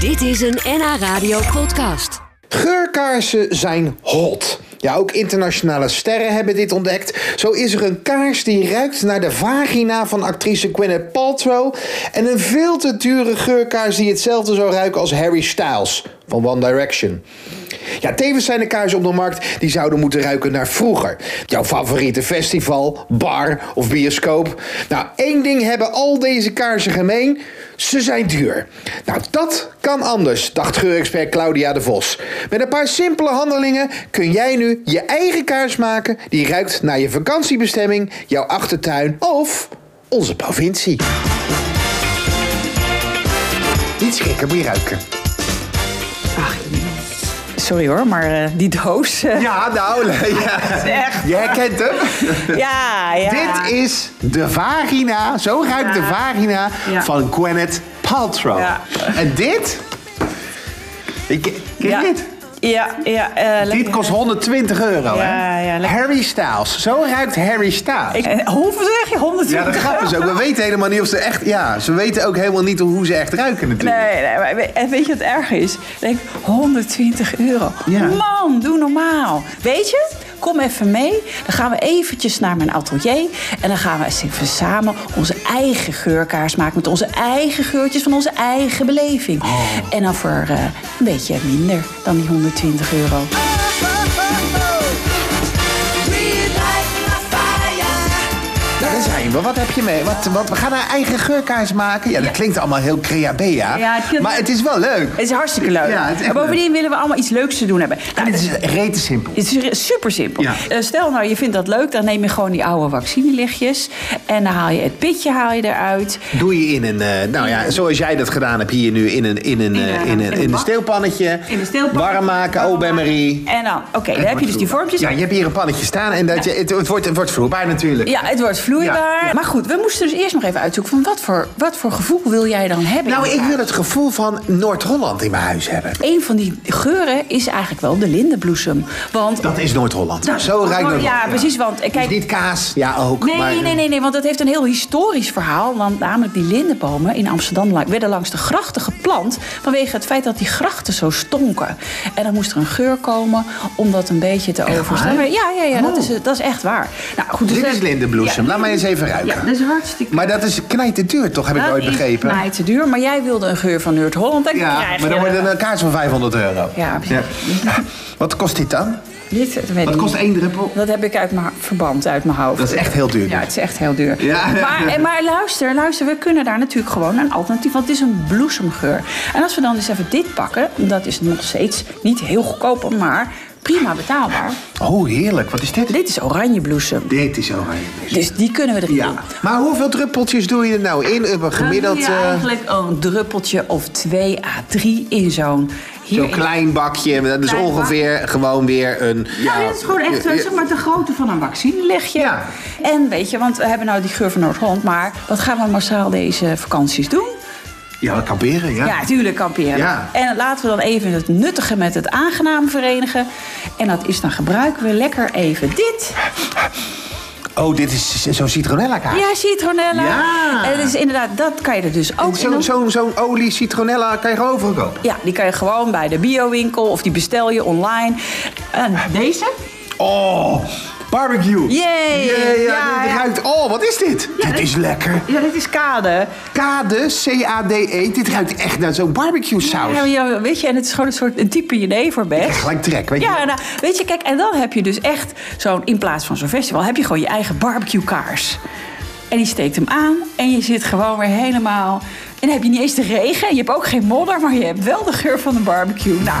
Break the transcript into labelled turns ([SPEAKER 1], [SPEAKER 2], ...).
[SPEAKER 1] Dit is een NH Radio podcast.
[SPEAKER 2] Geurkaarsen zijn hot. Ja, ook internationale sterren hebben dit ontdekt. Zo is er een kaars die ruikt naar de vagina van actrice Gwyneth Paltrow... en een veel te dure geurkaars die hetzelfde zou ruiken als Harry Styles van One Direction. Ja, tevens zijn er kaarsen op de markt die zouden moeten ruiken naar vroeger. Jouw favoriete festival, bar of bioscoop. Nou, één ding hebben al deze kaarsen gemeen. Ze zijn duur. Nou, dat kan anders, dacht geurexpert Claudia de Vos. Met een paar simpele handelingen kun jij nu je eigen kaars maken... die ruikt naar je vakantiebestemming, jouw achtertuin of onze provincie. Niet schrikken, moet je ruiken.
[SPEAKER 3] Sorry hoor, maar eh, die doos. eh,
[SPEAKER 2] Ja, nou,
[SPEAKER 3] is echt.
[SPEAKER 2] je herkent hem.
[SPEAKER 3] Ja, ja.
[SPEAKER 2] Dit is de vagina, zo ruikt de vagina
[SPEAKER 3] Ja.
[SPEAKER 2] van Gwyneth Paltrow.
[SPEAKER 3] Ja.
[SPEAKER 2] En dit? Ik, ken je
[SPEAKER 3] ja.
[SPEAKER 2] dit?
[SPEAKER 3] Ja, ja. eh,
[SPEAKER 2] Dit
[SPEAKER 3] lekker.
[SPEAKER 2] kost 120 euro,
[SPEAKER 3] Ja,
[SPEAKER 2] hè?
[SPEAKER 3] ja, lekker.
[SPEAKER 2] Harry Styles. Zo ruikt Harry Styles.
[SPEAKER 3] Ik, eh, hoeveel zeg je?
[SPEAKER 2] ja,
[SPEAKER 3] 120
[SPEAKER 2] dat grappig is ook. We weten helemaal niet of ze echt... Ja, ze weten ook helemaal niet hoe ze echt ruiken natuurlijk.
[SPEAKER 3] Nee, nee, maar we- en weet je wat erg is? Ik Denk, 120 euro.
[SPEAKER 2] Ja.
[SPEAKER 3] Man, doe normaal. Weet je? Kom even mee. Dan gaan we eventjes naar mijn atelier. En dan gaan we eens even samen onze eigen geurkaars maken. Met onze eigen geurtjes van onze eigen beleving.
[SPEAKER 2] Oh.
[SPEAKER 3] En dan voor eh, een beetje minder dan die 120 euro.
[SPEAKER 2] Nou, daar zijn we. Wat heb je mee? Wat, wat, we gaan haar eigen geurkaars maken. Ja, dat klinkt allemaal heel creabea.
[SPEAKER 3] Ja, het klinkt-
[SPEAKER 2] Maar het is wel leuk.
[SPEAKER 3] Het is hartstikke leuk.
[SPEAKER 2] Ja, het is echt
[SPEAKER 3] en bovendien willen we allemaal iets leuks te doen hebben. Nou,
[SPEAKER 2] En het is rete simpel.
[SPEAKER 3] Het is super simpel.
[SPEAKER 2] Ja.
[SPEAKER 3] Eh, stel nou, je vindt dat leuk, dan neem je gewoon die oude vaccinelichtjes. En dan haal je het pitje haal je eruit.
[SPEAKER 2] Doe je in een, eh, nou ja, zoals jij dat gedaan hebt hier nu in een, in een, eh, in een, in een
[SPEAKER 3] bak.
[SPEAKER 2] steelpannetje.
[SPEAKER 3] In de steelpan.
[SPEAKER 2] Warm maken, au bain marie.
[SPEAKER 3] En dan, oké, dan heb je dus die vormpjes.
[SPEAKER 2] Ja, je hebt hier een pannetje staan en dat je, het, het wordt, het wordt vloeibaar natuurlijk.
[SPEAKER 3] Ja, het wordt vloeibaar.
[SPEAKER 2] Ja, ja.
[SPEAKER 3] Maar goed, we moesten dus eerst nog even uitzoeken van wat voor, wat voor gevoel wil jij dan hebben?
[SPEAKER 2] Nou, ik wil het gevoel van Noord-Holland in mijn huis hebben.
[SPEAKER 3] Een van die geuren is eigenlijk wel de lindenbloesem. Want
[SPEAKER 2] Dat is Noord-Holland.
[SPEAKER 3] Nou,
[SPEAKER 2] Zo ruikt
[SPEAKER 3] ja,
[SPEAKER 2] Noord-Holland.
[SPEAKER 3] precies, want, eh, kijk-
[SPEAKER 2] Dus niet kaas, ja ook.
[SPEAKER 3] Nee,
[SPEAKER 2] maar, eh,
[SPEAKER 3] nee, nee, nee, want dat heeft een heel historisch verhaal. Want namelijk die lindenbomen in Amsterdam la- werden langs de grachten geplant... vanwege het feit dat die grachten zo stonken. En dan moest er een geur komen om dat een beetje te overstaan.
[SPEAKER 2] waar?
[SPEAKER 3] Ja, ja, ja, dat,
[SPEAKER 2] Oh.
[SPEAKER 3] is, dat is echt waar. Nou, goed,
[SPEAKER 2] Dit
[SPEAKER 3] dat-
[SPEAKER 2] is lindenbloesem.
[SPEAKER 3] Ja,
[SPEAKER 2] Laat mij eens even ruiken.
[SPEAKER 3] Ja, dat is hartstikke...
[SPEAKER 2] Maar dat is knijt duur toch, heb ik ooit begrepen.
[SPEAKER 3] Nee, te duur, maar jij wilde een geur van Noord-Holland. Dan
[SPEAKER 2] ja,
[SPEAKER 3] krijg
[SPEAKER 2] maar dan
[SPEAKER 3] je...
[SPEAKER 2] wordt het een kaars van 500 euro.
[SPEAKER 3] Ja, precies.
[SPEAKER 2] Wat kost dit dan?
[SPEAKER 3] Dit, dat weet
[SPEAKER 2] Wat
[SPEAKER 3] ik
[SPEAKER 2] kost
[SPEAKER 3] niet.
[SPEAKER 2] één druppel?
[SPEAKER 3] Dat heb ik uit mijn ha- verband, uit mijn hoofd.
[SPEAKER 2] Dat is echt heel duur. dus.
[SPEAKER 3] Ja, het is echt heel duur.
[SPEAKER 2] Ja.
[SPEAKER 3] Maar, eh, maar luister, luister, we kunnen daar natuurlijk gewoon een alternatief. Want het is een bloesemgeur. En als we dan eens even dit pakken, dat is nog steeds niet heel goedkoop, maar prima betaalbaar.
[SPEAKER 2] Oh, heerlijk. Wat is dit?
[SPEAKER 3] Dit is oranjebloesem.
[SPEAKER 2] Dit is oranje.
[SPEAKER 3] Dus die kunnen we erin
[SPEAKER 2] Ja.
[SPEAKER 3] doen.
[SPEAKER 2] Maar hoeveel druppeltjes doe je er nou in? Eh, Gemiddeld
[SPEAKER 3] Dan doe je
[SPEAKER 2] eh,
[SPEAKER 3] eigenlijk een druppeltje of 2 à 3 in zo'n...
[SPEAKER 2] zo'n klein bakje. Dat is
[SPEAKER 3] Klein
[SPEAKER 2] ongeveer gewoon weer een...
[SPEAKER 3] Ja, dit is gewoon echt eh,
[SPEAKER 2] eh,
[SPEAKER 3] zeg maar, de grootte van een vaccinelichtje.
[SPEAKER 2] Ja.
[SPEAKER 3] En weet je, want we hebben nou die geur van Noord-Holland... maar wat gaan we massaal deze vakanties doen?
[SPEAKER 2] Ja, kamperen, ja.
[SPEAKER 3] Ja, natuurlijk kamperen.
[SPEAKER 2] Ja.
[SPEAKER 3] En laten we dan even het nuttige met het aangename verenigen. En dat is dan gebruiken we lekker even dit.
[SPEAKER 2] Oh, dit is zo'n citronella kaas.
[SPEAKER 3] Ja, citronella.
[SPEAKER 2] Ja.
[SPEAKER 3] En dus inderdaad, dat kan je er dus ook in
[SPEAKER 2] Zo'n
[SPEAKER 3] doen.
[SPEAKER 2] zo'n- zo'n olie citronella kan je gewoon overkopen.
[SPEAKER 3] Ja, die kan je gewoon bij de biowinkel of die bestel je online. En deze?
[SPEAKER 2] Oh, barbecue.
[SPEAKER 3] Yay.
[SPEAKER 2] Jee, ja,
[SPEAKER 3] Ja,
[SPEAKER 2] dit
[SPEAKER 3] ja.
[SPEAKER 2] ruikt... Oh, wat is dit? dit is lekker.
[SPEAKER 3] Ja, dit is kade.
[SPEAKER 2] Kade, C-A-D-E. Dit ruikt echt naar zo'n barbecue saus.
[SPEAKER 3] Ja, ja, weet je, en het is gewoon een soort een type jeneverbed.
[SPEAKER 2] Gelijk trek, weet je.
[SPEAKER 3] Ja, nou, weet je, kijk, en dan heb je dus echt zo'n, in plaats van zo'n festival, heb je gewoon je eigen barbecuekaars. En die steekt hem aan en je zit gewoon weer helemaal. En dan heb je niet eens de regen, je hebt ook geen modder, maar je hebt wel de geur van een barbecue. Nou,